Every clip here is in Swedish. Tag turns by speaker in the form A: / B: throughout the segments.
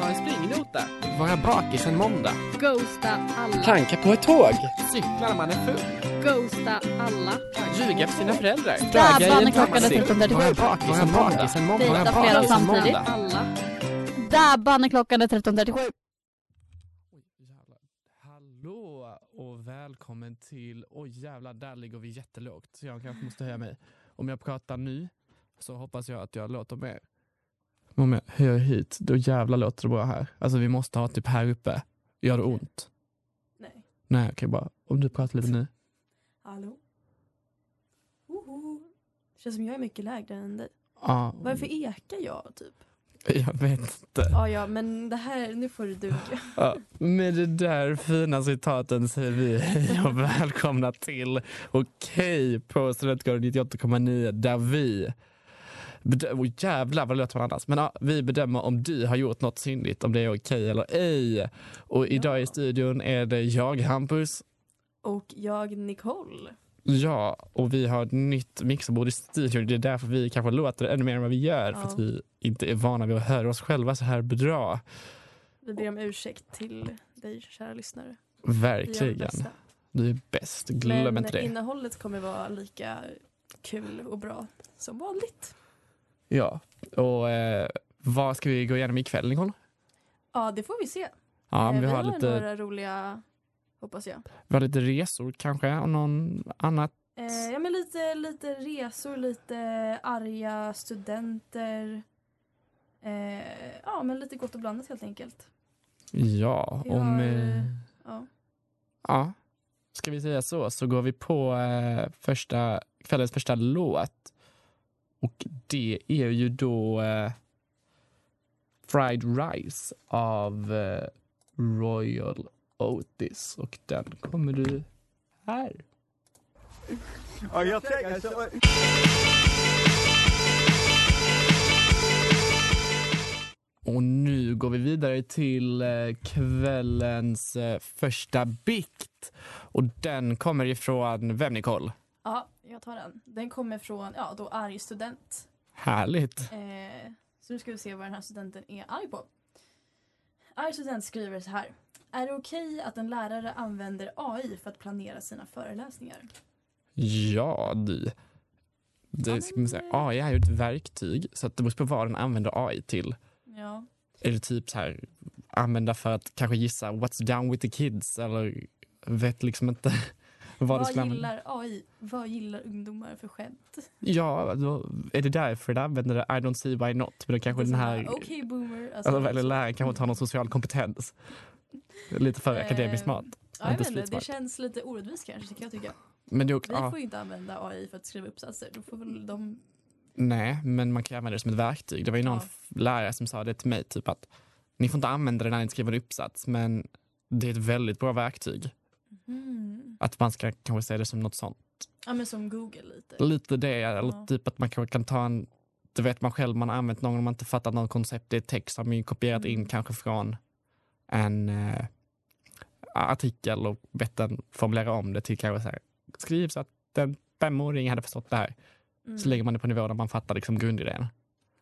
A: Ta en springnota.
B: Vara bakis en måndag.
C: Ghosta alla.
B: Planka på ett tåg.
A: Cykla när man är full.
C: Ghosta alla.
A: Ljuga för sina föräldrar.
C: Dabba
B: Daga i en
C: när klockan är
B: taxi.
C: 13.37.
B: Vara bakis en måndag.
C: Dejta
B: Vara
C: flera
B: bakis en
C: samtidigt.
B: måndag.
C: Alla. Dabba när klockan är 13.37.
D: Oj, jävlar. Hallå och välkommen till... Oj jävlar, där ligger vi jättelågt. Så jag kanske måste höja mig. Om jag pratar nu så hoppas jag att jag låter mer. Men om jag höjer hit, då jävlar låter det bra här. Alltså vi måste ha typ här uppe. Gör det ont?
E: Nej. Alltså,
D: Nej, okej bara. Om du pratar lite nu.
E: Hallå? Oho. Det känns som jag är mycket lägre än dig.
D: Ja,
E: Varför ekar jag typ?
D: jag vet inte.
E: Ja, ja, men det här, nu får du duga.
D: Ja, med det där fina citaten säger vi hej och välkomna till Okej på Studentgården 98,9 där vi bedömer, oh, jävlar vad det låter man annars, men ja, vi bedömer om du har gjort något syndigt, om det är okej eller ej. Och idag i studion är det jag, Hampus,
E: Och jag, Nicole.
D: ja, och vi har ett nytt mixerbord i studion. Det är därför vi kanske låter ännu mer än vad vi gör, för
E: Ja.
D: att vi inte är vana vid att höra oss själva så här bra.
E: Vi ber om ursäkt till dig, kära lyssnare. Vi gör vårt
D: Verkligen.
E: bästa.
D: Du är bäst, glöm
E: Men
D: inte det.
E: innehållet kommer vara lika kul och bra som vanligt.
D: Ja, och eh, vad ska vi gå igenom ikväll Nicole?
E: Ja, det får vi se.
D: Ja,
E: Eh,
D: men vi, har lite,
E: några roliga, hoppas jag.
D: vi har lite resor kanske och någon annat.
E: Eh, ja, men lite, lite resor, lite arga studenter. Eh, ja, men lite gott och blandat helt enkelt.
D: Ja,
E: Vi
D: om...
E: har,
D: Eh,
E: ja.
D: ja, ska vi säga så, så går vi på eh, första, kvällens första låt. Och det är ju då eh, Fried Rice av eh, Royal Otis och den kommer du här.
F: Ja, jag tänker så.
D: Och nu går vi vidare till eh, kvällens eh, första bikt. Och den kommer ifrån vem, Nicole?
E: ja, jag tar den. Den kommer från, ja då arg student.
D: Härligt.
E: Eh, så nu ska vi se vad den här studenten är arg på. Arg student skriver så här. Är det okej att en lärare använder AI för att planera sina föreläsningar?
D: Ja, du. Det, ska man säga, AI är ju ett verktyg, så att det beror på vad den använder AI till.
E: Ja,
D: Är det typ så här, använda för att kanske gissa what's down with the kids? Eller vet liksom inte vad, det
E: vad
D: skulle använda.
E: gillar AI? Vad gillar ungdomar för skämt?
D: Ja, då är det därför den använder det? I don't see why not. Men då kanske den här...
E: Okej boomer. Alltså,
D: Alltså, eller läraren kanske inte har någon social kompetens. Lite för
E: Eh,
D: akademiskt smart.
E: ja, jag
D: inte
E: vet inte, det
D: slitsmart.
E: känns lite orättvist kanske kan jag tycka.
D: Men det är också,
E: Vi
D: ja,
E: får ju inte använda AI för att skriva uppsatser. Då får väl de...
D: Nej, men man kan ju använda det som ett verktyg. Det var ju någon
E: Ja.
D: f- lärare som sa det till mig, typ att ni får inte använda det när ni skriver en uppsats, men det är ett väldigt bra verktyg.
E: Mm.
D: Att man ska kanske se det som något sånt.
E: Ja men som Google lite.
D: Lite det, eller
E: Ja.
D: typ att man kanske kan ta en, det vet man själv, man har använt någon och man inte fattat något koncept, det är text, har man ju kopierat in
E: Mm.
D: kanske från en eh, artikel och bett den formulera om det till kanske så här, skriv så att en femåring hade förstått det här.
E: Mm.
D: Så lägger man det på nivå där man fattar liksom grundidén.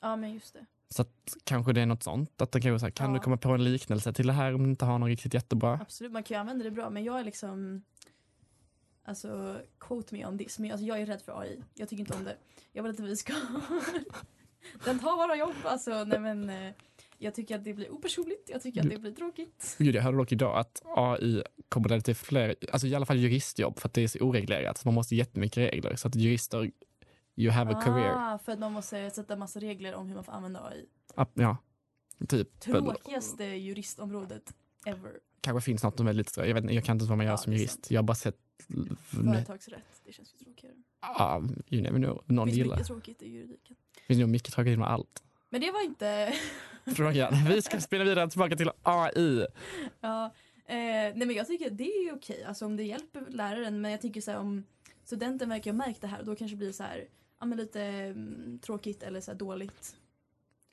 E: Ja men just det.
D: Så att kanske det är något sånt, att den kanske så här, kan
E: Ja.
D: du komma på en liknelse till det här om du inte har någon riktigt jättebra?
E: Absolut, man kan ju använda det bra men jag är liksom Alltså, quote me on this, men alltså, jag är rädd för AI. Jag tycker inte om det. Jag vill inte vi ska... Den tar våra jobb alltså. Nej men, eh, jag tycker att det blir opersonligt, jag tycker att det blir tråkigt.
D: Gud, jag hörde dock idag att AI kommer leda till fler, alltså i alla fall juristjobb, för att det är så oreglerat. Så man måste jättemycket regler. Så att jurister, you have a career.
E: Ah, för att man måste sätta massa regler om hur man får använda AI.
D: Ah, Ja, typ.
E: Tråkigaste juristområdet ever.
D: Kanske finns något som är lite, så- jag, vet, inte, jag kan inte vad man gör
E: Ja,
D: som
E: det är
D: jurist. Jag har bara sett,
E: Företagsrätt, det känns ju tråkigare.
D: ah, you never know, någon
E: Det finns
D: gillar.
E: mycket tråkigt i juridiken.
D: Det finns nog mycket tråkigt med allt.
E: Men det var inte...
D: Frågan. Vi ska spela vidare tillbaka till AI.
E: ja, eh, nej men jag tycker det är ju okej, alltså om det hjälper läraren. Men jag tycker så här, om studenten verkar ha märkt det här då kanske det blir så här, ja men lite mm, tråkigt eller så här dåligt.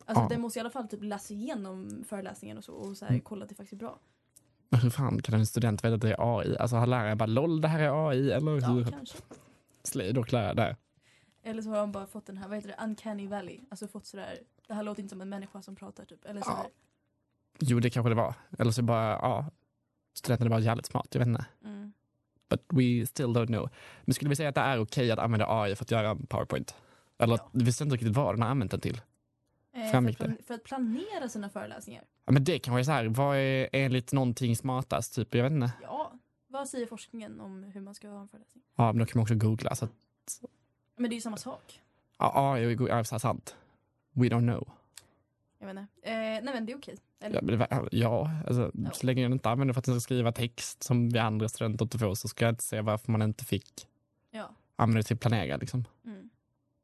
E: Alltså
D: Ja.
E: den måste i alla fall typ läsa igenom föreläsningen och så och så här,
D: Mm.
E: kolla att det faktiskt är bra.
D: Men Hur fan kan en student veta att det är AI? Alltså har läraren bara LOL, det här är AI? Eller
E: Ja,
D: hur
E: kanske.
D: slöjd och lärare där?
E: Eller så har de bara fått den här, vad heter det, uncanny valley. Alltså fått sådär, det här låter inte som en människa som pratar typ. Eller sådär.
D: Jo, det kanske det var. Eller så bara, ja. Studenten är bara jävligt smart, jag vet inte.
E: Mm.
D: But we still don't know. Men skulle vi säga att det är okej att använda AI för att göra en PowerPoint? Eller
E: Ja.
D: vi visste inte riktigt vad den har använt den till.
E: Eh, för, att
D: Framgick
E: plan- för att planera sina föreläsningar.
D: Ja, men det kanske är så här, vad är enligt någonting smartast? Typ, jag vet inte.
E: Ja, vad säger forskningen om hur man ska ha en föreläsning?
D: Ja, men då kan man också googla. Så att,
E: Men det är ju samma sak.
D: ja, AI är go- ja, så här sant. We don't know.
E: Jag menar. Eh, nej men det är okej. Eller?
D: Ja, men det var- ja alltså, så länge den inte använder för att den ska skriva text som vi andra studenter inte får så ska jag inte se varför man inte fick
E: Ja.
D: använda det till att planera. Liksom.
E: Mm.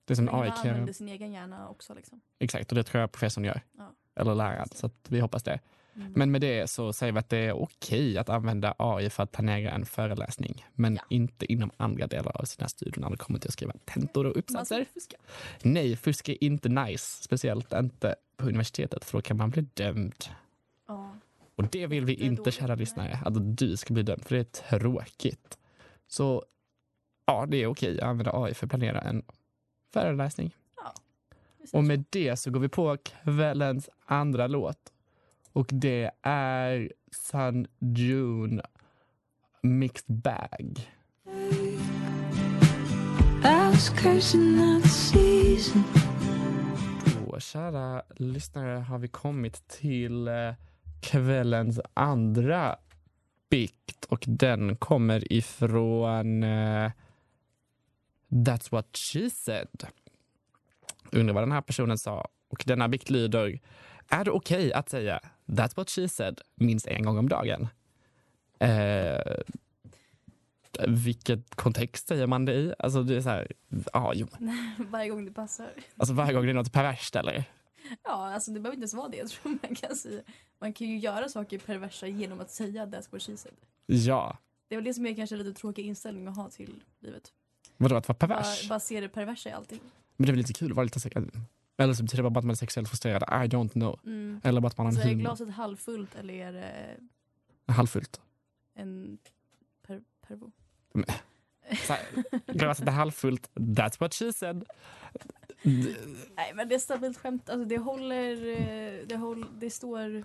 D: Det är som AI
E: Man
D: kan...
E: använder sin egen hjärna också liksom.
D: Exakt, och det tror jag professorn gör.
E: Ja.
D: Eller läraren, så att vi hoppas det.
E: Mm.
D: Men med det så säger vi att det är okej att använda AI för att planera en föreläsning, men
E: Ja.
D: inte inom andra delar av sina studier när det kommer till att skriva tentor och
E: Man ska
D: uppsatser.
E: inte fuska.
D: Nej, fusk är inte nice, speciellt inte på universitetet, för då kan man bli dömd.
E: Ja.
D: Och det vill vi
E: Det är
D: inte,
E: dåligt.
D: kära lyssnare, att du ska bli dömd, för det är tråkigt. Så ja, det är okej att använda AI för att planera en föreläsning.
E: vi säger
D: Och
E: så.
D: med det så går vi på kvällens andra låt. Och det är Sun June Mixed Bag.
G: I was cursing that season.
D: Och kära lyssnare har vi kommit till eh, kvällens andra bikt och den kommer ifrån eh, That's what she said. Undrar vad den här personen sa. Och denna bikt lyder Är det okej att säga That's what she said minst en gång om dagen? Eh, vilket kontext säger man det i? Alltså det är så här, ja, jo.
E: Varje gång det passar.
D: Alltså varje gång det är något perverst eller?
E: Ja, alltså det behöver inte ens vara det. Jag tror man kan säga. Man kan ju göra saker perversa genom att säga that's what she said.
D: Ja.
E: Det är väl det som är kanske en lite tråkig inställning att ha till livet.
D: Vadå att vara
E: Bara,
D: pervers?
E: bara se det perversa i allting.
D: Men det är väl lite kul att vara lite sexuell. Eller så betyder det bara att man är sexuellt frustrerad. I don't know.
E: Mm.
D: Eller bara att man har
E: Så
D: en
E: är
D: humor.
E: glaset halvfullt eller är det
D: Halvfullt.
E: en per, pervo?
D: Så här, Glaset är halvfullt. That's what she said. D-
E: Nej men det är stabilt skämt. Alltså det håller, eh, det, håll, det står,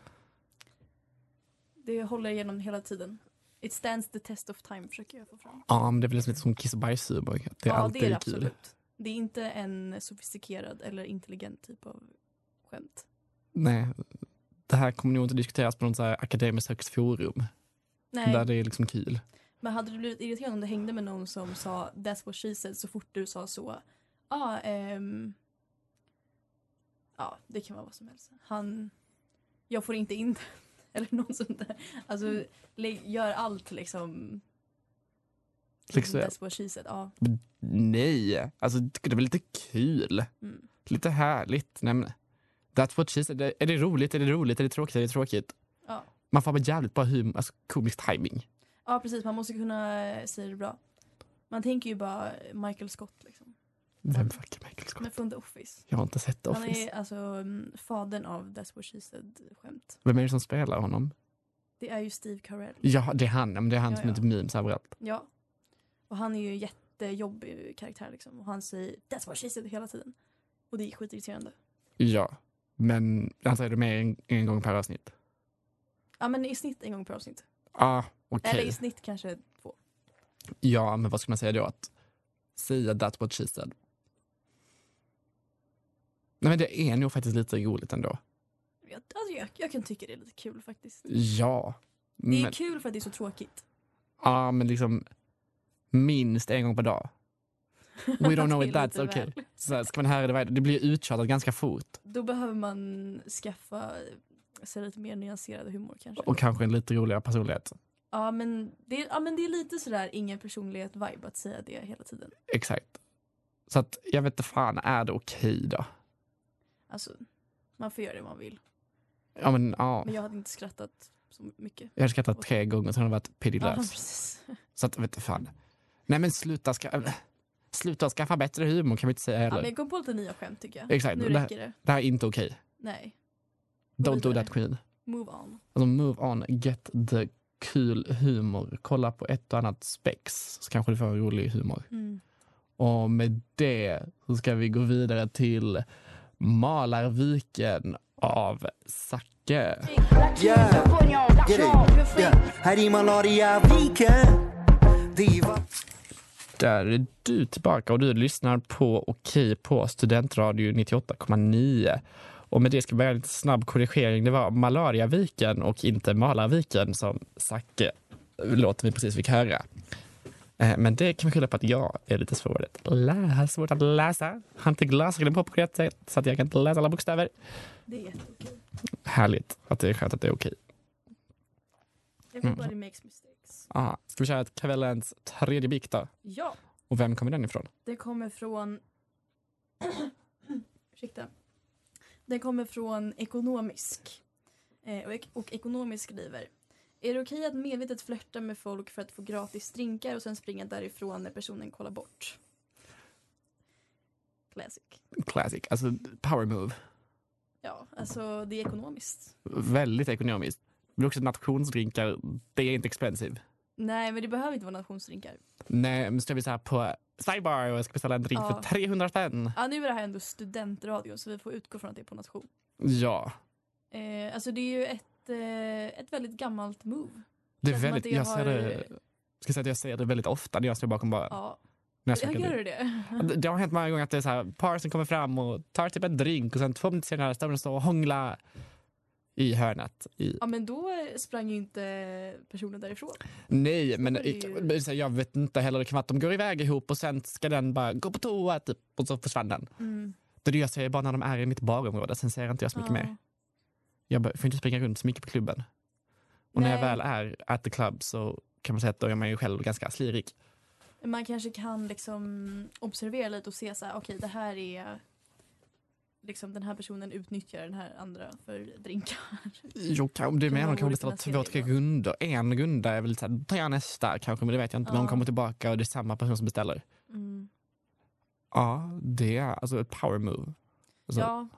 E: det håller genom hela tiden. It stands the test of time försöker jag få fram.
D: Ja, men det är väl liksom lite som kiss och bajshumor. att Det är alltid
E: det är det
D: kul.
E: absolut. Det är inte en sofistikerad eller intelligent typ av skämt.
D: Nej, det här kommer nog inte diskuteras på något så här akademiskt högt forum.
E: Nej,
D: Där det är liksom kul.
E: men hade du blivit irriterad om du hängde med någon som sa that's what she said så fort du sa så? Ja, ah, ehm, ja, det kan vara vad som helst. Han, jag får inte in den. eller något sånt där. Alltså, lä- gör allt liksom.
D: Sexuellt.
E: That's what she said, ja.
D: Nej, alltså det är väl lite kul.
E: Mm.
D: Lite härligt. Nej, men, that's what she said. Är det roligt? Är det roligt? Är det tråkigt? Är det tråkigt?
E: Ja.
D: Man får bara jävligt bra humor, alltså komisk timing.
E: Ja, precis. Man måste kunna eh, säga det bra. Man tänker ju bara Michael Scott liksom.
D: Vem fuckar Michael Scott?
E: Men från The Office.
D: Jag har inte sett The Office.
E: Han är alltså mm, fadern av That's what she said-skämt.
D: Vem är det som spelar honom?
E: Det är ju Steve Carell.
D: Ja, det är han. Men det är han
E: Ja,
D: som är
E: ja.
D: typ memes överallt.
E: Ja. Och han är ju en jättejobbig karaktär liksom. Och han säger That's what she said hela tiden. Och det är skitirriterande.
D: Ja, men han säger det mer en, en gång per avsnitt.
E: Ja men i snitt en gång per avsnitt.
D: Ah, okej.
E: Eller i snitt kanske två.
D: Ja, men vad ska man säga då? Att säga that what she said. Nej, men det är nog faktiskt lite roligt ändå.
E: Jag, alltså, jag, jag kan tycka det är lite kul faktiskt.
D: Ja.
E: Det är
D: Men,
E: kul för att det är så tråkigt.
D: ah, men liksom minst en gång per dag. We don't know
E: Det är
D: if
E: lite
D: that's
E: väl.
D: okay. Så här, ska man höra det varje dag? Det blir uttjatat ganska fort.
E: Då behöver man skaffa sig lite mer nyanserad humor kanske.
D: Och kanske en lite roligare personlighet.
E: Ja, men det är, ja men det är lite sådär ingen personlighet-vibe att säga det hela tiden.
D: Exakt. Så att jag vet inte fan, är det okej då?
E: Alltså, man får göra det man vill.
D: Ja men ja.
E: Men jag hade inte skrattat så mycket.
D: Jag har skrattat tre gånger sen har det varit piddilös.
E: precis.
D: Så att vet inte fan. Nej men sluta ska... Sluta skaffa bättre humor kan vi inte säga
E: Ja,
D: heller.
E: men jag kom på lite nya skämt tycker jag.
D: Exakt.
E: Nu
D: Det,
E: räcker det.
D: det här är inte okej.
E: Nej.
D: Don't do that Queen.
E: Move on.
D: Alltså move on, get the kul humor. Kolla på ett och annat spex så kanske du får en rolig humor.
E: Mm.
D: Och med det så ska vi gå vidare till Malarviken av Zacke.
F: Yeah, get it. Yeah. Här i Malariaviken. Det är ju
D: Där är du tillbaka och du lyssnar på Okej på Studentradio 98,9. Och med det ska jag börja en lite snabb korrigering. Det var Malariaviken och inte Malarviken som Zacke låter vi precis fick höra. Eh, Men det kan vi skylla på att jag är lite svår att läsa. Svårt att läsa. Har inte glasögonen på på rätt sätt så att jag kan inte läsa alla bokstäver.
E: Det är jätteokej.
D: Härligt att det är skönt att det är okej. Mm.
E: Everybody makes mistakes.
D: Ah, ska vi köra ett kvällens tredje bikt då?
E: Ja,
D: Och vem kommer den ifrån?
E: det kommer från... Ursäkta. Det kommer från ekonomisk. Eh, och, ek- och ekonomisk skriver. Är det okej att medvetet flörta med folk för att få gratis drinkar och sen springa därifrån när personen kollar bort? Classic.
D: Classic, alltså power move.
E: Ja, alltså det är ekonomiskt.
D: Väldigt ekonomiskt. Men också nationsdrinkar, det är inte expensive.
E: Nej, men det behöver inte vara nationsdrinkar.
D: Nej, men står vi så här på Sidebar och jag ska beställa en drink
E: Ja.
D: för 300 spänn.
E: Ja, nu är det här ändå studentradion så vi får utgå från att det är på nation.
D: Ja,
E: Eh, alltså det är ju ett, eh, ett väldigt gammalt move.
D: det är
E: Känns som
D: väldigt,
E: att det
D: jag ser
E: har-
D: det, ska säga att jag ser det väldigt ofta när jag står bakom bara.
E: Ja.
D: när jag
E: Jag
D: snackar
E: gör
D: drink.
E: du det?
D: det. det har hänt många gånger att det är så här, par som kommer fram och tar typ en drink och sen två minuter senare står de och står och hånglar i hörnet. I,
E: Ja, men då sprang ju inte personen därifrån.
D: Nej, men
E: får det ju-
D: men så här, jag vet inte heller. Det kan vara att de går iväg ihop och sen ska den bara gå på toa typ, och så försvann den. Det är det jag ser bara när de är i mitt barområde. Sen ser inte jag så mycket
E: Mm. Ja.
D: mer. Jag bör- får inte springa runt så mycket på klubben. Och när jag
E: Nej.
D: väl är at the club så kan man säga att då är man ju själv ganska slirig.
E: Man kanske kan liksom observera lite och se så här, okej det här är liksom den här personen utnyttjar den här andra för drinkar.
D: Jo, om du
E: Kan
D: menar
E: man vara
D: de kan väl ställa
E: lite
D: två, tre runder. En runda är väl så här, då tar jag nästa kanske, men det vet jag inte. Någon
E: Ja.
D: kommer tillbaka och det är samma person som beställer.
E: Mm.
D: Ja, det är alltså ett power move. Alltså,
E: Ja.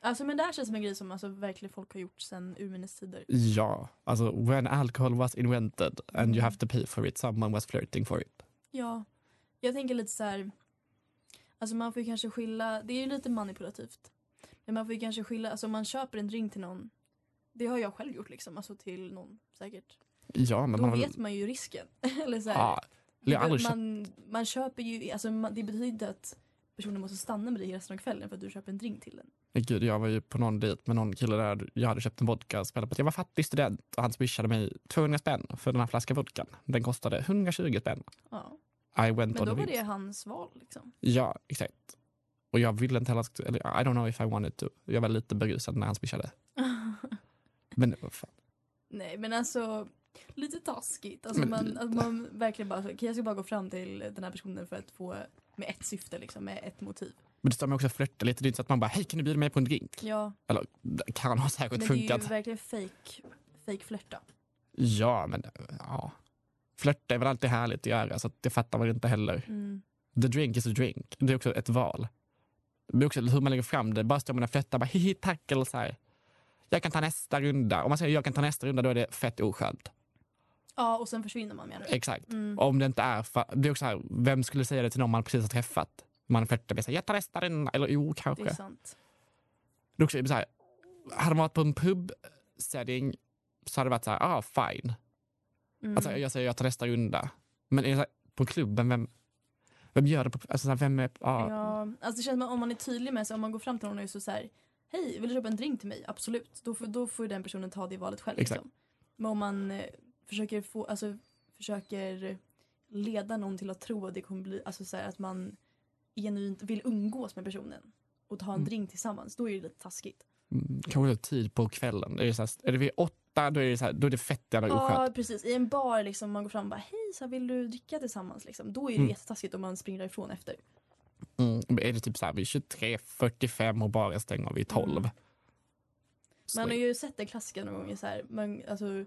E: Alltså men det här känns som en grej som alltså, verkligen folk har gjort sedan urminnes tider.
D: Ja, alltså when alcohol was invented and you
E: Mm.
D: have to pay for it, someone was flirting for it.
E: Ja, jag tänker lite så här. Alltså man får ju kanske skilja, det är ju lite manipulativt. Men man får ju kanske skilja, alltså om man köper en drink till någon. Det har jag själv gjort liksom, alltså till någon säkert.
D: Ja, men
E: Då
D: man har väl-
E: vet man ju risken. Eller så här,
D: Ja,
E: det
D: jag har
E: be-
D: aldrig köpt-
E: man, man köper ju, alltså man, det betyder inte att personen måste stanna med dig resten av kvällen för att du köper en drink till den.
D: Gud, jag var ju på någon dejt med någon kille där jag hade köpt en vodka och spelat på att jag var fattig student och han swishade mig 200 spänn för den här flaskan vodkan. Den kostade 120 spänn.
E: Ja.
D: I went
E: Men
D: on
E: då
D: a
E: var
D: binge.
E: det hans val liksom.
D: Ja, exakt. Och jag ville inte heller, eller I don't know if I wanted to. Jag var lite berusad när han swishade. Men vad fan.
E: Nej men alltså lite taskigt. Alltså
D: Men
E: man,
D: lite.
E: att man verkligen bara, okej jag ska bara gå fram till den här personen för att få med ett syfte liksom, med ett motiv.
D: Men det står mig också att flirta lite. Det är inte så att man bara, hej kan du bjuda mig på en drink?
E: Ja,
D: Eller det kan ha säkert
E: men det är
D: funkat.
E: ju verkligen fake, fake flörta.
D: Ja, men ja. Flirta är väl alltid härligt att göra så att det fattar man inte heller.
E: Mm.
D: The drink is a drink. Det är också ett val. Men också hur man lägger fram det. Bara står man och flörtar, bara hihi tack eller så här. Jag kan ta nästa runda. Om man säger jag kan ta nästa runda då är det fett oskönt.
E: Ja, och sen försvinner man menar du?
D: Exakt.
E: Mm.
D: Om det inte är för, det är också så här, vem skulle säga det till någon man precis har träffat? Man flörtar med sig, jag tar nästa runda. Eller jo,
E: Det
D: kanske.
E: är sant.
D: Det är också så här, hade man varit på en pub-setting så hade det varit så här, ah fine.
E: Mm.
D: Alltså, jag säger jag tar nästa runda. Men är det så här, på klubben, vem, vem gör det? På, alltså, så här, vem är, ja.
E: ja, alltså det känns som att om man är tydlig med sig, om man går fram till någon och är så, så här, hej vill du köpa en drink till mig? Absolut, då får, då får ju den personen ta det valet själv.
D: Exakt.
E: Liksom. Men om man eh, försöker, få, alltså, försöker leda någon till att tro att det kommer bli, alltså så här, att man genuint vill umgås med personen och ta en
D: Mm.
E: drink tillsammans, då är det lite taskigt.
D: Mm, Kanske det är tid på kvällen. Är det, så här, är det vid åtta, då är det, så här, då är det fett jävla
E: Ja,
D: oskönt.
E: precis. I en bar liksom, man går fram och bara hej, så här, vill du dricka tillsammans? Liksom. Då är det
D: Mm.
E: jättetaskigt om man springer därifrån efter.
D: Mm. men Är det typ så här vid 23.45 och baren stänger vid 12.
E: Mm. Man har
D: Släng.
E: ju sett den klassiska någon gång, så här, man alltså,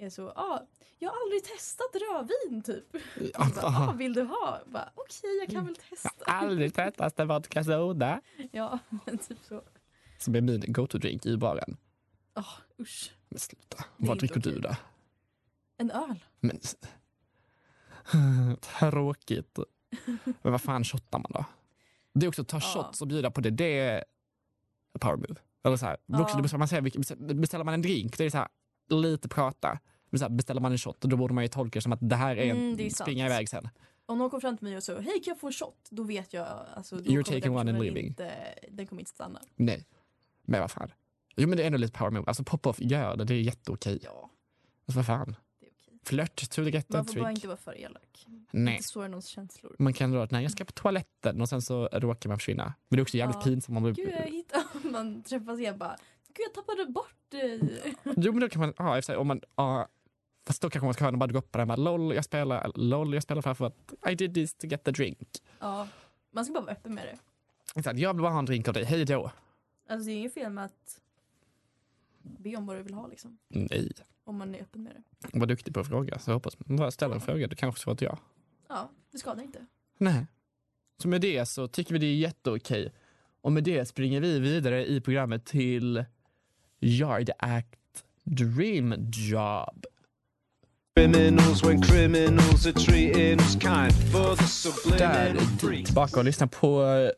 E: är så, ah, jag har aldrig testat rödvin typ.
D: Ja,
E: Bara, ah, vill du ha? Bara,
D: Mm.
E: Okej, jag kan väl
D: Alltså, Jag
E: testa.
D: har aldrig testat en vodka soda.
E: Ja, men typ så.
D: som är min go-to-drink i baren.
E: Åh, usch.
D: Men sluta,
E: Det är
D: vad
E: inte
D: dricker du
E: okej.
D: då?
E: En öl.
D: Men... s- Tråkigt. Men vad fan shottar man då? Det är också att ta
E: Ja.
D: shots och bjuda på det, det är a power move. Eller så här,
E: Ja.
D: vuxna bestämmer man sig, vilken- beställer man en drink, det är så här, lite prata. Men så här, beställer man en shot, då borde man ju tolka det som att det här är en
E: Mm, det är sant.
D: springa iväg sen.
E: Om någon kommer fram till mig och så, hej kan jag få en shot? Då vet jag, alltså, då
D: You're
E: kommer
D: taking
E: den
D: one and
E: personen
D: leaving.
E: Inte, den kommer inte stanna.
D: Nej, men vad fan. Jo men det är ändå lite power move. Alltså pop-off, gör det, det är jätteokej.
E: Ja,
D: Alltså vad fan.
E: det är okej.
D: Flört, to the get
E: Man
D: that
E: får bara
D: trick.
E: inte vara för elak.
D: Nej.
E: Inte såra någons känslor.
D: Man kan dra att nej jag ska på toaletten och sen så råkar man försvinna. Men det är också jävligt
E: Ja.
D: pinsamt om man
E: Gud, jag hittar, man träffas igen bara, gud jag tappade bort dig.
D: Jo men då kan man, ja i och för sig, om man, ja. Fast då kanske man ska höra någon bara droppa det här med LOL, jag spelar, LOL, jag spelar framför att I did this to get the drink.
E: Ja, man ska bara vara öppen med det.
D: Exakt, jag vill bara ha en drink av dig, hej då.
E: Alltså det är inget fel med att be om vad du vill ha liksom.
D: Nej,
E: Om man är öppen med det.
D: vad duktig på att fråga. Så jag hoppas, bara ställa en fråga, det kanske svarar ja.
E: Ja, det skadar inte.
D: Nej. Så med det så tycker vi det är jätteokej. Och med det springer vi vidare i programmet till Yard Act Dream Job.
H: Criminals when criminals are treating us kind for the
D: Där
H: subliminal
D: är vi
H: freak.
D: tillbaka och lyssna på eh,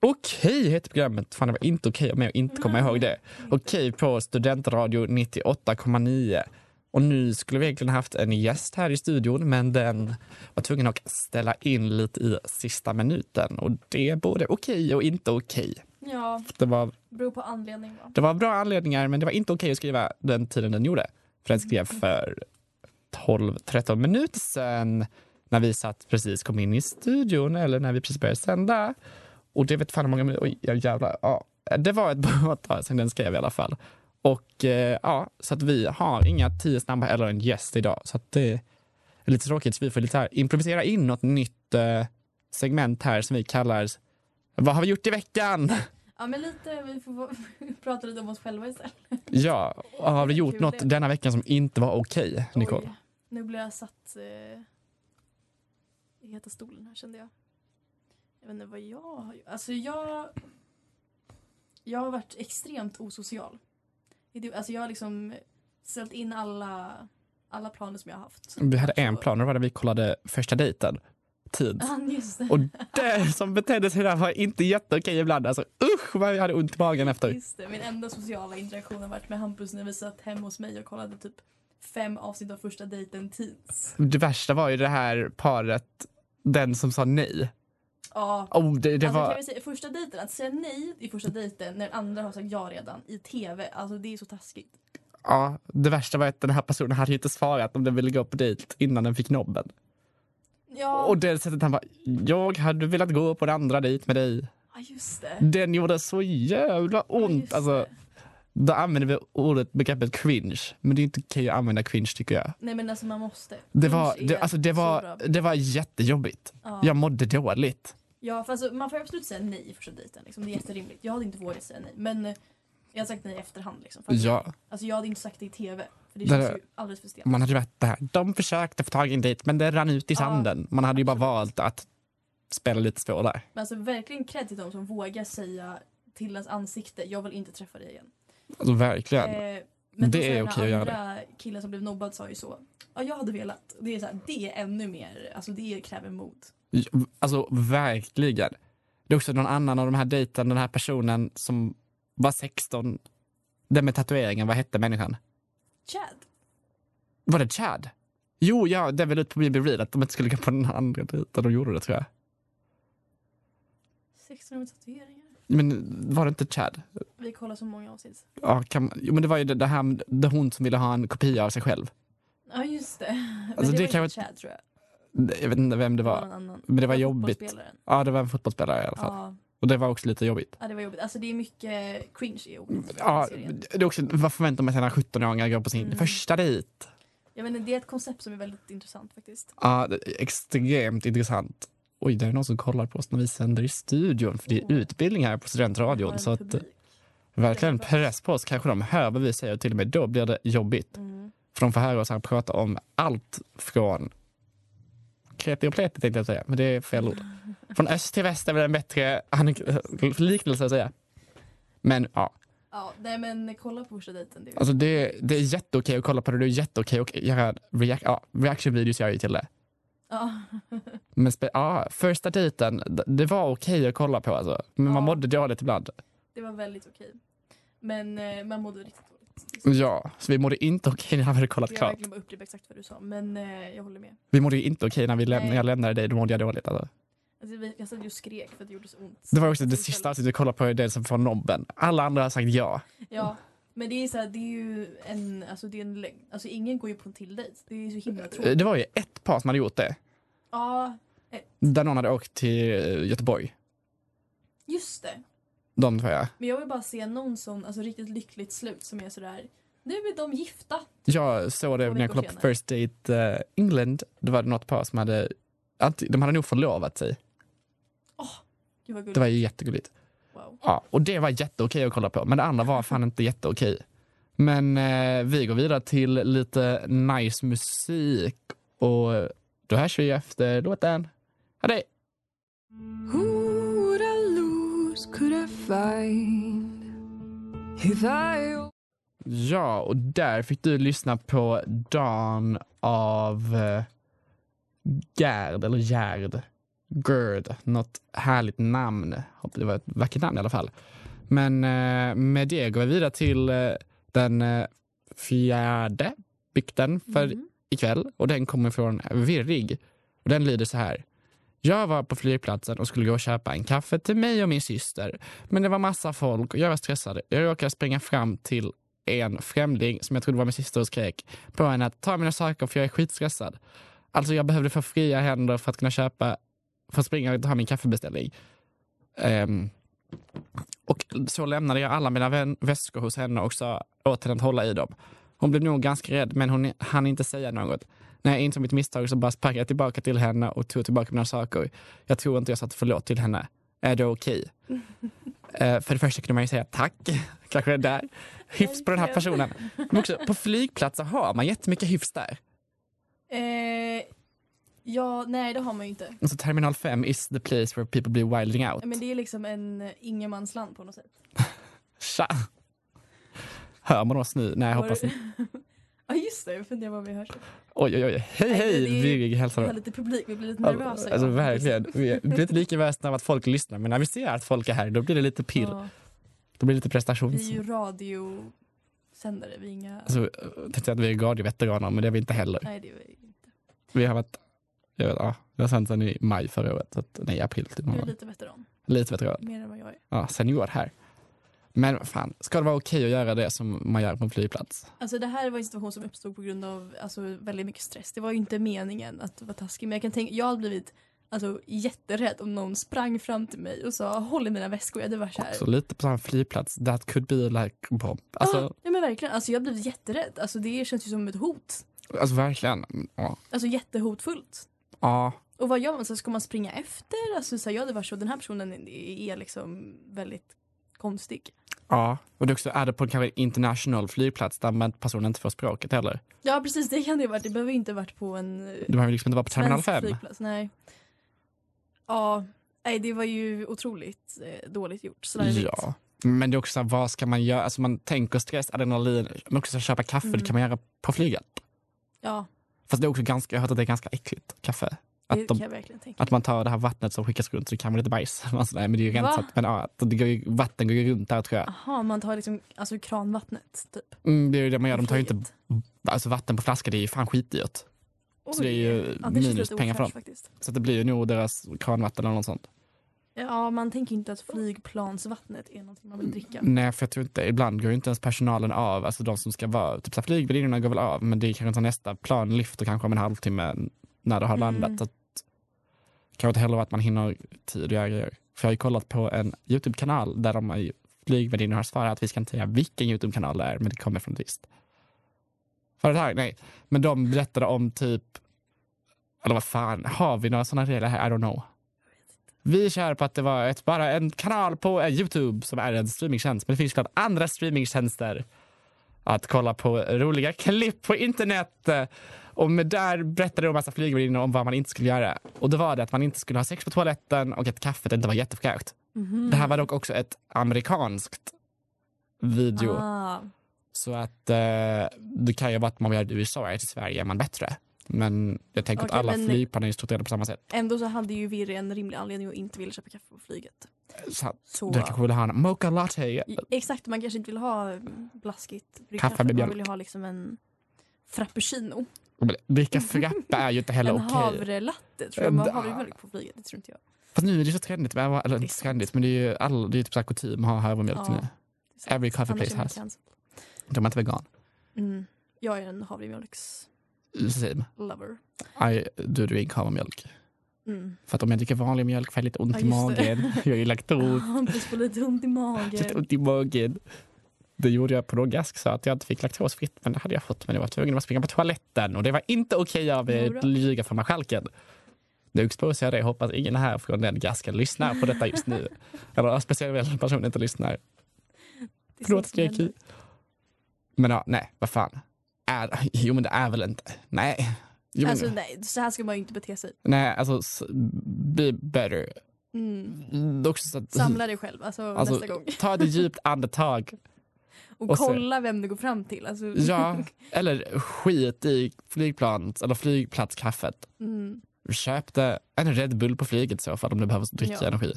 D: Okej heter programmet. Fan, det var inte okej om jag inte kommer ihåg det. Okej på Studentradio 98,9. Och nu skulle vi egentligen haft en gäst här i studion, men den var tvungen att ställa in lite i sista minuten. Och det är både okej och inte okej.
E: Ja,
D: Det var
E: beror på anledning va.
D: Det var bra anledningar, men det var inte okej att skriva den tiden den gjorde. För den skrev för 12-13 minuter sedan när vi satt precis kom in i studion eller när vi precis började sända. Och det vet fan hur många minuter... Oj, ja, jävlar. Ja, det var ett bra tag sedan den skrev i alla fall. Och eh, ja, så att vi har inga tio snabba eller en gäst idag. Så att det är lite tråkigt. Så vi får lite här improvisera in något nytt eh, segment här som vi kallar Vad har vi gjort i veckan?
E: Ja men lite, vi får vara- prata lite om oss själva istället.
D: Ja, och har vi gjort
E: Kul
D: något
E: det.
D: denna veckan som inte var okej, Nicole?
E: Oj, nu blir jag satt eh, i heta stolen här kände jag. Jag vet inte vad jag har gjort. Alltså jag... Jag har varit extremt osocial. Det- Alltså jag har liksom ställt in alla, alla planer som jag har haft.
D: Vi hade en
E: Alltså-
D: plan, det var när vi kollade första dejten. Tid.
E: Ja, just det.
D: Och det som betedde sig där var inte jätteokej ibland. Alltså usch vad jag hade ont i magen efter.
E: Just det, min enda sociala interaktion har varit med Hampus när vi satt hemma hos mig och kollade typ fem avsnitt av första dejten Teens.
D: Det värsta var ju det här paret, den som sa nej.
E: Ja.
D: Oh, det, det
E: alltså, kan
D: var...
E: vi säga, första dejten, att säga nej i första dejten när den andra har sagt ja redan i tv, alltså det är så taskigt.
D: Ja, det värsta var att den här personen hade ju inte svarat om den ville gå på dejt innan den fick nobben.
E: Ja,
D: Och det sättet han bara, jag hade velat gå på en andra dejt med dig.
E: ja just det.
D: Den gjorde så jävla
E: Ja,
D: ont.
E: just
D: Alltså,
E: det.
D: Då använder vi ordet begreppet cringe, men det är inte okej att använda cringe tycker jag.
E: Nej men alltså man måste.
D: Det var,
E: Cringe
D: det,
E: är
D: alltså, det
E: så
D: var,
E: bra.
D: det var jättejobbigt.
E: Ja.
D: Jag mådde dåligt.
E: Ja, för alltså, man får absolut säga nej i första dejten. Liksom. Det är jätterimligt. Jag hade inte vågat säga nej. Men eh, jag har sagt nej i efterhand. Liksom, för att-
D: Ja,
E: alltså, jag hade inte sagt det i tv. För det
D: Där
E: känns
D: är-
E: ju alldeles för stelt.
D: man hade ju varit där. De försökte få tag i en dejt, men det rann ut i
E: Ja,
D: sanden. Man hade ju bara
E: absolut.
D: valt att spela lite svår där.
E: Men alltså verkligen cred till de som vågar säga till ens ansikte, jag vill inte träffa dig igen.
D: Alltså, verkligen.
E: Eh,
D: Det
E: då sa
D: är
E: den här
D: okej att göra
E: andra killen som blev nobbad sa ju så. Ja, jag hade velat. Det är så här, det är ännu mer, alltså det kräver mod.
D: Alltså verkligen. Det är också någon annan av de här dejten, den här personen som var 16, den med tatueringen, vad hette människan?
E: Chad.
D: Var det Chad? Jo, ja, det är väl ut på BB Read att de inte skulle gå på den andra dejten. De gjorde det tror jag.
E: 16 med tatueringar.
D: Men var det inte Chad?
E: Vi kollar så många avsnitt.
D: Ja, kan man, jo, men det var ju det, det här med- det hon som ville ha en kopia av sig själv.
E: Ja just det. Men
D: Alltså,
E: det,
D: det
E: var
D: kan
E: inte
D: vara-
E: Chad tror jag.
D: Jag vet inte vem det
E: Det
D: var.
E: någon annan.
D: Men det var jobbigt.
E: fotbollsspelaren.
D: Ja, det var en fotbollsspelare i alla fall.
E: Ja,
D: Och det var också lite jobbigt.
E: ja, det var jobbigt. Alltså det är mycket cringe i ordet.
D: Ja,
E: serien.
D: det är också, vad förväntar man sig när 17-åringar går på sin
E: Mm.
D: första dejt?
E: Jag menar, det är ett koncept som är väldigt intressant faktiskt.
D: Ja, det är extremt intressant. Oj, det är någon som kollar på oss när vi sänder i studion, för det är
E: Oh.
D: utbildning här på
E: Har
D: studentradion.
E: en
D: Så att, eh,
E: publik.
D: verkligen
E: Det är bra.
D: press på oss. Kanske de hör vad vi säger och till och med då blir det jobbigt.
E: Mm.
D: För de får höra oss här prata om allt från kreti och pleti tänkte jag säga, men det är fel ord. Från öst till väst är väl en bättre anekdot- liknelse att säga. Men ja,
E: Ja, nej men kolla på första dejten. Det är
D: alltså det, det är jätteokej att kolla på det. Det är jätteokej att göra react, ja, reaction-videos gör jag ju till det.
E: ja.
D: Men spe, ja, första dejten, d- det var okej att kolla på alltså. Men
E: Ja.
D: man mådde dåligt ibland.
E: Det var väldigt okej. Men eh, man mådde riktigt dåligt.
D: Ja, så vi mådde inte okej när vi hade kollat
E: Jag har
D: klart.
E: verkligen bara upprepat exakt vad du sa, men eh, jag håller med.
D: Vi mådde ju inte okej när, vi läm- när
E: Nej.
D: jag lämnade dig, då mådde jag dåligt alltså.
E: Alltså, vi, jag satt ju och skrek för att det gjorde så ont.
D: Det var också det
E: Tillfället.
D: sista typ. avsnittet vi kollade på, är det som får nobben. Alla andra har sagt ja.
E: Ja, men det är, så här, det är ju en, alltså det är en lögn. Alltså ingen går ju på en till dejt. Det är ju så himla tråkigt.
D: Det var ju ett par som hade gjort det,
E: Ja,
D: där någon hade åkt till eh, Göteborg.
E: just det.
D: De tror jag.
E: Men jag vill bara se någon sån, alltså riktigt lyckligt slut som är sådär, nu är de gifta.
D: Jag såg det
E: Två
D: när jag
E: veckor
D: kollade på
E: senare.
D: First Date eh, England. Det var det något par som hade, anti- de hade nog förlovat sig.
E: Gud vad gulligt.
D: Det var ju jättegulligt.
E: Wow.
D: Ja, och det var jätteokej att kolla på, men det andra var fan inte jätteokej. Men eh, vi går vidare till lite nice musik och då hörs vi efter låten. Ha det!
G: Who would I lose? Could I find if I
D: Ja, och där fick du lyssna på Dan av eh, Gerd, eller Gerd. Gerd, något härligt namn. Hoppas Det var ett vackert namn i alla fall. Men eh, med det går vi vidare till eh, den eh, fjärde bikten för ikväll och den kommer från Virrig. Och den lyder så här. Jag var på flygplatsen och skulle gå och köpa en kaffe till mig och min syster. Men det var massa folk och jag var stressad. Jag råkade springa fram till en främling som jag trodde var min syster och skrek på henne att ta mina saker för jag är skitstressad. Alltså jag behövde få fria händer för att kunna köpa, för att springa och ta min kaffebeställning. Ehm, och så lämnade jag alla mina vän- väskor hos henne och sa åt henne att hålla i dem. Hon blev nog ganska rädd men hon hann inte säga något. När jag insåg mitt misstag så bara sprang jag tillbaka till henne och tog tillbaka mina saker. Jag tror inte jag sa förlåt till henne. Är det okej? Eh, för det första kunde man ju säga tack. Kanske det där. Hyfs på den här personen. Men också på flygplatser har man jättemycket hyfs där.
E: Eh, ja, nej det har man ju inte.
D: Alltså terminal 5 is the place where people be wilding out.
E: Men det är liksom en ingenmansland på något sätt.
D: Tja! Hör man oss nu? Nej, jag
E: Var
D: hoppas
E: det-
D: inte.
E: Ja just det, jag funderar vad vi hörs.
D: Oj, oj, oj. Hej,
E: Nej, men det
D: hej!
E: är-
D: Virrig
E: Vi
D: hälsar.
E: har lite publik, vi blir lite
D: Alltså,
E: nervösa.
D: alltså
E: ja.
D: verkligen. Vi är- vi blir inte lika nervösa av att folk lyssnar, men när vi ser att folk är här, då blir det lite pirr.
E: Ja,
D: Då blir det lite
E: vi
D: prestations...
E: är ju radiosändare, vi är inga...
D: Alltså, jag tänkte säga att vi är radioveteraner, men det är vi inte heller.
E: Nej, det är vi inte.
D: Vi har varit... Jag vet, ja, vi har sänt sen i maj förra året. Så att, nej, april. Typ, någon
E: Du är
D: gång.
E: lite veteran,
D: lite veteran.
E: mer än vad jag är.
D: ja, senior här. Men fan, ska det vara okej att göra det som man gör på en flygplats?
E: Alltså det här var en situation som uppstod på grund av alltså, väldigt mycket stress. Det var ju inte meningen att vara taskig men jag kan tänka, jag hade blivit alltså, jätterädd om någon sprang fram till mig och sa håll i mina väskor. Jag hade varit såhär.
D: Också lite på en flygplats, that could be like bomb. Alltså,
E: Ja men verkligen, alltså, jag blev jätterädd. Alltså, det känns ju som ett hot.
D: alltså verkligen. Ja.
E: Alltså jättehotfullt.
D: ja.
E: Och vad gör man? Så ska man springa efter? Alltså, så här, jag hade varit så, den här personen är liksom väldigt konstig.
D: Ja, och det är också är det på en kanske international flygplats där man- personen inte får språket heller.
E: Ja precis, det kan det ju varit. Det behöver ju inte varit på en eh,
D: Du behöver liksom inte vara på terminal
E: Svensk
D: 5.
E: flygplats, nej. Ja, nej det var ju otroligt eh, dåligt gjort. Slarvigt.
D: Ja. Men det är också så här, vad ska man göra? Alltså man tänker stress, adrenalin, men också så här, köpa kaffe,
E: Mm.
D: det kan man göra på flyget.
E: ja
D: Fast det är också ganska, jag har hört att det är ganska äckligt, kaffe.
E: det
D: Att,
E: kan
D: de,
E: jag verkligen tänka.
D: att man tar det här vattnet som skickas runt så det kan vara lite bajs. Alltså, nej, men det är ju
E: Va?
D: rensat. Men ja, att det går ju, vatten går ju runt där tror jag.
E: Jaha, man tar liksom alltså kranvattnet typ.
D: Mm, det är ju det man gör. De tar ju inte
E: Flyget.
D: alltså, vatten på flaska. Det är ju fan skitdyrt. Så
E: Oj.
D: det är ju
E: Ja, det känns
D: minus
E: lite
D: pengar för
E: ofräscht
D: dem.
E: faktiskt.
D: Så att det blir ju nog deras kranvatten eller något sånt.
E: Ja, man tänker inte att flygplansvattnet är någonting man vill dricka.
D: Nej, för jag tror inte, ibland går ju inte ens personalen av. Alltså de som ska vara, typ så här, flygvärdinnorna går väl av. Men det är kanske inte nästa plan lyfter kanske om en halvtimme när det har
E: Mm.
D: landat. Så att, kanske inte heller att man hinner i tid och göra grejer. För jag har ju kollat på en YouTube-kanal där de har- flygvärdinnor har svarat att vi ska inte säga vilken YouTube-kanal det är, men det kommer från ett visst företag. Nej, men de berättade om typ, eller vad fan, har vi några sådana regler här? I don't know. Vi kör på att det var ett, bara en kanal på eh, Youtube som är en streamingtjänst. Men det finns klart andra streamingtjänster att kolla på roliga klipp på internet. Eh, Och med där berättade en massa flygvärdinnor om vad man inte skulle göra. Och då var det att man inte skulle Mm. ha sex på toaletten och att kaffet inte var jättefräscht. Det här var dock också ett amerikanskt video.
E: Ah,
D: Så att eh, det kan ju vara att man gör det i USA, här i Sverige är man bättre. Men jag tänker
E: Okej,
D: att alla
E: men-
D: flygplan är ju strukturerade på samma sätt.
E: ändå så hade ju Virre en rimlig anledning att inte vilja köpa kaffe på flyget.
D: Så att
E: Så,
D: du kanske vill ha en mocha latte?
E: i- exakt, man kanske inte vill ha mm, blaskigt bryggt
D: Kaffe med
E: Man
D: mjölk.
E: vill ju ha liksom en frappuccino.
D: Dricka frappe är ju inte heller
E: En
D: okej.
E: havrelatte tror jag. Man
D: Ja.
E: har havremjölk på flyget, det tror inte jag.
D: Fast nu är det så trendigt, med- eller
E: Det är
D: inte
E: sant.
D: trendigt, men det är ju, all, det är ju typ så här kutym att ha havremjölk
E: Ja.
D: nu.
E: Det är sant.
D: Every coffee
E: Annars
D: place
E: är man
D: has.
E: cancelled.
D: De är inte vegan.
E: Mm. Jag är en havremjölks-lover.
D: Same. I do drink havremjölk.
E: Mm.
D: För att om jag dricker vanlig mjölk får jag lite ont
E: Ja,
D: i
E: just det.
D: magen. Jag är ju laktos.
E: Ja, Precis, får lite ont i
D: lite
E: magen.
D: ont i magen. Det gjorde jag på Rogask så att jag inte fick laktosfritt, men det hade jag fått. Men jag var tvungen att springa på toaletten och det var inte okej av mig att
E: Jodå.
D: ljuga för marskalken. Nu exposerar jag det. Hoppas ingen här från den gasken lyssnar på detta just nu. Eller speciellt väl en person inte lyssnar.
E: Det är
D: Förlåt,
E: sånt som
D: skrek
E: händer.
D: Men ja, nej, vad fan. Är, jo, men det är väl inte. Nej. Jo,
E: Alltså
D: men,
E: nej, så här ska man ju inte bete sig.
D: nej, alltså s- be better.
E: Mm.
D: Mm, också så att,
E: Samla dig själv alltså,
D: alltså,
E: nästa gång.
D: ta ett djupt andetag.
E: Och,
D: och se.
E: kolla vem du går fram till. Alltså,
D: Ja, eller skit i flygplans eller flygplatskaffet.
E: mm.
D: Köp det, en Red Bull på flyget i så fall om du behöver dricka
E: Ja.
D: energi.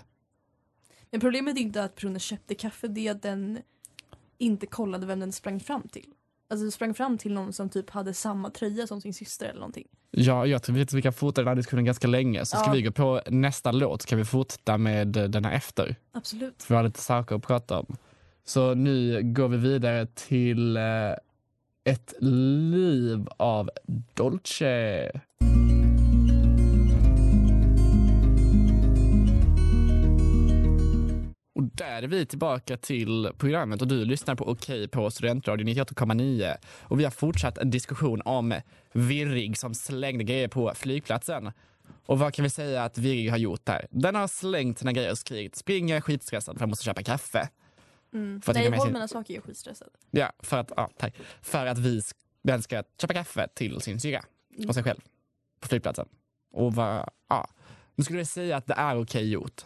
E: Men problemet är inte att personen köpte kaffe, det är att den inte kollade vem den sprang fram till. Alltså sprang fram till någon som typ hade samma tröja som sin syster eller någonting.
D: Ja, jag tror vi- vi kan fortsätta den här diskussionen ganska länge. Så ska
E: Ja.
D: vi gå på nästa låt så kan vi fortsätta med eh, den här efter.
E: Absolut.
D: För vi har lite saker att prata om. Så nu går vi vidare till eh, Ett liv av Dolce. Och där är vi tillbaka till programmet och du lyssnar på Okej på Studentradion 98,9. Och vi har fortsatt en diskussion om Virrig som slängde grejer på flygplatsen. Och vad kan vi säga att Virrig har gjort där? Den har slängt sina grejer och skrikit springer skitstressad för jag måste köpa kaffe.
E: Mm.
D: För att
E: Nej,
D: jag kan
E: håll
D: med-
E: mina saker, jag är skitstressad.
D: Ja, för att, ja, tack. För att vi, sk- den ska köpa kaffe till sin syrra och sig själv på flygplatsen. Och vad, ja. Nu skulle jag säga att det är okej gjort.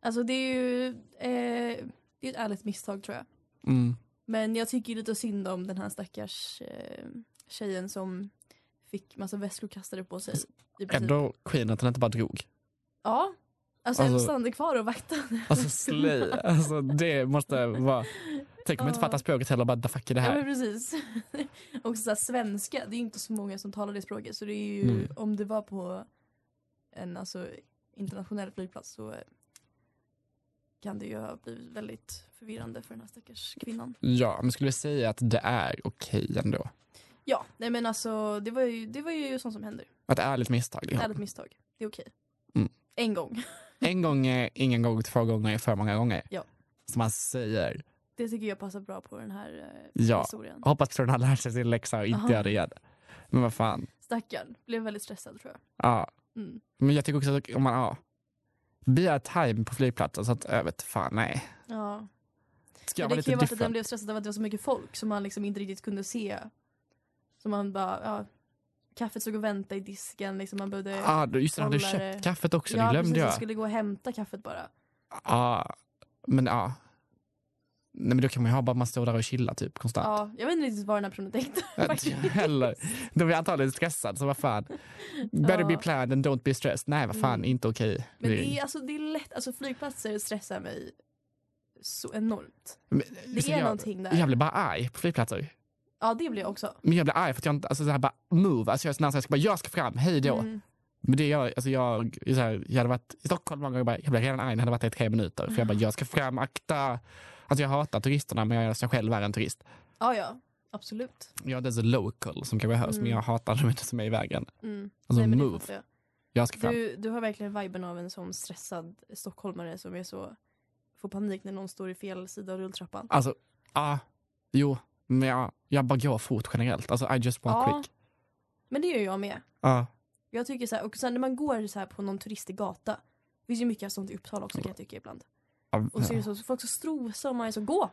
E: Alltså det är ju eh, det är ett ärligt misstag tror jag.
D: Mm.
E: Men jag tycker lite synd om den här stackars eh, tjejen som fick massa väskor kastade på sig. i princip.
D: Ändå queen att den inte bara drog.
E: Ja. Alltså,
D: Alltså-
E: jag stannade kvar och vaktade.
D: Alltså slay. Alltså det måste vara... Tänk om jag inte fattar språket heller och bara "Da fuck är det
E: Ja
D: här.
E: men precis. Och så här, svenska, det är ju inte så många som talar det språket så det är ju
D: Mm.
E: om det var på en alltså, internationell flygplats så eh, kan det ju ha blivit väldigt förvirrande för den här stackars kvinnan.
D: Ja, men skulle jag säga att det är okej ändå.
E: Ja, nej men alltså det var ju, det var ju sånt som händer.
D: Ett ärligt misstag.
E: Ja.
D: Liksom.
E: Ärligt misstag. Det är okej.
D: Mm.
E: En gång.
D: En gång är ingen gång, två gånger är för många gånger.
E: Ja.
D: Som man säger.
E: Det tycker jag passar bra på den här eh,
D: Ja.
E: historien.
D: Jag hoppas personen har lärt sig sin läxa och inte
E: Aha.
D: gör det igen. Men vad fan.
E: Stackarn, blev väldigt stressad tror jag.
D: Ja.
E: Mm.
D: Men jag tycker också att om man, ja. Begär time på flygplatsen så att, jag vet fan nej.
E: Ja.
D: Ska jag
E: Men
D: vara
E: det kan ju
D: lite
E: vara att den
D: different?
E: blev stressad av att det var så mycket folk som man liksom inte riktigt kunde se. Så man bara, ja, kaffet stod och väntade i disken. Liksom man behövde,
D: Ja, ah, just det, han hade ju
E: hållare.
D: köpt kaffet också.
E: ja
D: det glömde
E: precis,
D: jag.
E: jag skulle gå och hämta kaffet bara.
D: Ja, men ja. Nej, men då kan man ju ha bara att man står där och chillar typ konstant.
E: Ja, jag vet inte riktigt vad den här personen tänkte.
D: Ja,
E: faktiskt.
D: Heller. Då blir jag antagligen stressad, så vad fan. Better be
E: Ja.
D: planned and don't be stressed. Nej, vad fan,
E: Mm.
D: inte okej.
E: Men
D: Det-
E: det är, alltså, det är lätt, alltså flygplatser stressar mig så enormt.
D: Men-
E: Det
D: så
E: är
D: Liksom, jag,
E: någonting där.
D: Jag blir bara arg på flygplatser.
E: Ja, det blir jag också.
D: Men jag blir arg för att jag inte, alltså så här bara move, alltså jag är sån här, så jag ska bara, jag ska fram, hej då.
E: Mm.
D: Men det jag, alltså jag, så här, jag hade varit i Stockholm många gånger, bara, jag blev redan arg när jag hade varit där i tre minuter. För jag
E: Mm.
D: bara, jag ska fram, akta. Alltså jag hatar turisterna men jag, jag själv är en turist.
E: Ja, ja, absolut.
D: Jag är dess local som kan behövas men
E: Mm.
D: jag hatar de inte som är i vägen.
E: Mm.
D: Alltså
E: Nej, men det
D: move,
E: fattar jag.
D: jag ska fram.
E: Du, du har verkligen viben av en sån stressad stockholmare som är så får panik när någon står i fel sida av rulltrappan.
D: Alltså, ja, jo, men jag, jag bara går fort generellt. Alltså I just walk
E: Ja.
D: quick.
E: Men det gör jag med.
D: Ja.
E: Jag tycker så här, och sen när man går så här på någon turistig gata. Det finns ju mycket sånt i Uppsala också kan jag tycka ibland.
D: Ja,
E: Och så är det så, så folk så strosar och man är så gå.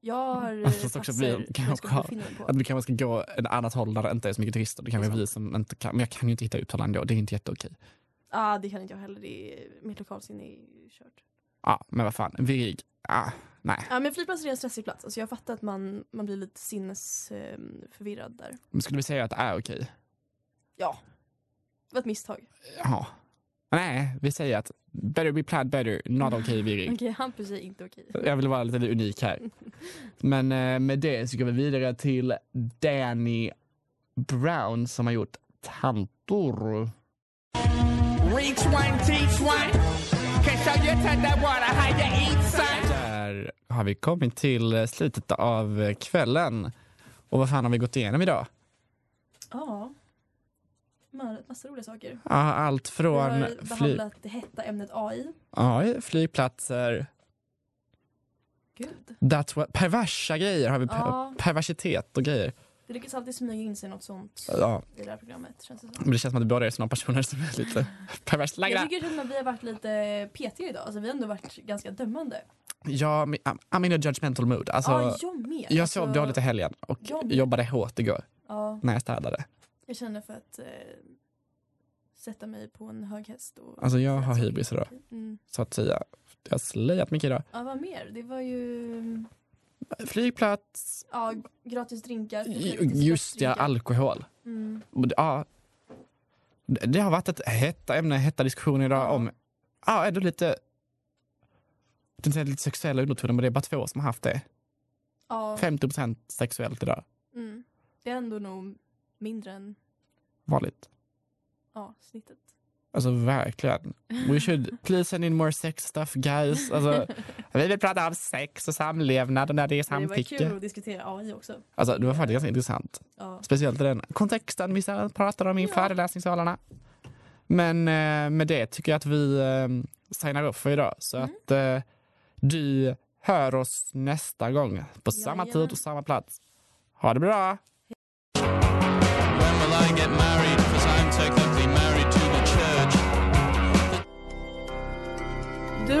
E: Jag har eh,
D: Alltså, så också blir-
E: men
D: kan
E: jag ska
D: jag-
E: inte finna mig på.
D: Att vi kanske ska gå en annat håll där det inte är så mycket turister. Det kanske
E: Det
D: är
E: är
D: vi som inte kan. Men jag kan ju inte hitta Uppsala ändå. Det är inte jätteokej.
E: Ah, det kan inte jag heller, det är, mitt lokalsinne är ju kört.
D: Ja, men vad fan. Virig. Ja, Nej.
E: Ja, men flygplatsen är en stressig plats. Alltså jag fattar att man, man blir lite sinnesförvirrad där.
D: Men skulle vi säga att det är okej?
E: Ja. Det var ett misstag.
D: Jaha. Nej, vi säger att better be planned better, not okay Viri.
E: Okej, Hampus är inte okej.
D: Jag vill vara lite unik här. Men eh, med det så går vi vidare till Danny Brown som har gjort Tantor. Där har vi kommit till eh, slutet av eh, kvällen. Och vad fan har vi gått igenom idag?
E: Ja. Man har massa roliga saker.
D: Ja, Allt
E: Vi
D: från
E: har
D: fly-
E: behandlat det hetta ämnet AI.
D: ja, flygplatser,
E: Gud.
D: that's what, perversa grejer har vi, per-
E: Ja.
D: perversitet och grejer.
E: Det lyckas alltid smyga in sig något sånt
D: Ja,
E: i det här programmet. Känns det som.
D: men det känns som att vi båda är såna personer som är lite perverst lagda.
E: Jag tycker till och med att vi har varit lite petiga idag. Alltså, vi har ändå varit ganska dömande.
D: Ja, men I'm I'm in a judgmental mood. Alltså,
E: Ah, ja, alltså- jag med.
D: jag sov dåligt i helgen och
E: jag med.
D: jobbade hårt igår
E: Ja,
D: när jag städade.
E: jag känner för att eh, sätta mig på en hög häst. Och
D: Alltså jag har hybris idag,
E: Mm.
D: så att säga. Jag har slayat mycket idag.
E: Ja, vad mer? Det var ju
D: Flygplats,
E: ja, gratis drinkar.
D: j-
E: gratis
D: just ja,
E: plastdrinkar.
D: alkohol.
E: Mm.
D: Och det- Ja, det det har varit ett hetta ämne, hetta diskussioner idag om, ja, ändå lite, jag tänkte säga lite sexuella undertoner, men det är bara två som har haft det.
E: Ja,
D: 50 sexuellt idag,
E: mm. Det är ändå nog mindre än
D: vanligt.
E: ja, snittet.
D: Alltså verkligen. We should please send in more sex stuff guys. Alltså, vi vill prata om sex och samlevnad och när det är
E: Men det var kul
D: samtycke.
E: att diskutera AI också.
D: Alltså, det var faktiskt ganska intressant.
E: Ja.
D: Speciellt i den kontexten vi sen pratade om i
E: Ja.
D: föreläsningssalarna. Men eh, med det tycker jag att vi eh, signar upp för idag. Så
E: Mm.
D: att eh, du hör oss nästa gång på samma
E: Jajamän.
D: tid och samma plats. Ha det bra!
I: Du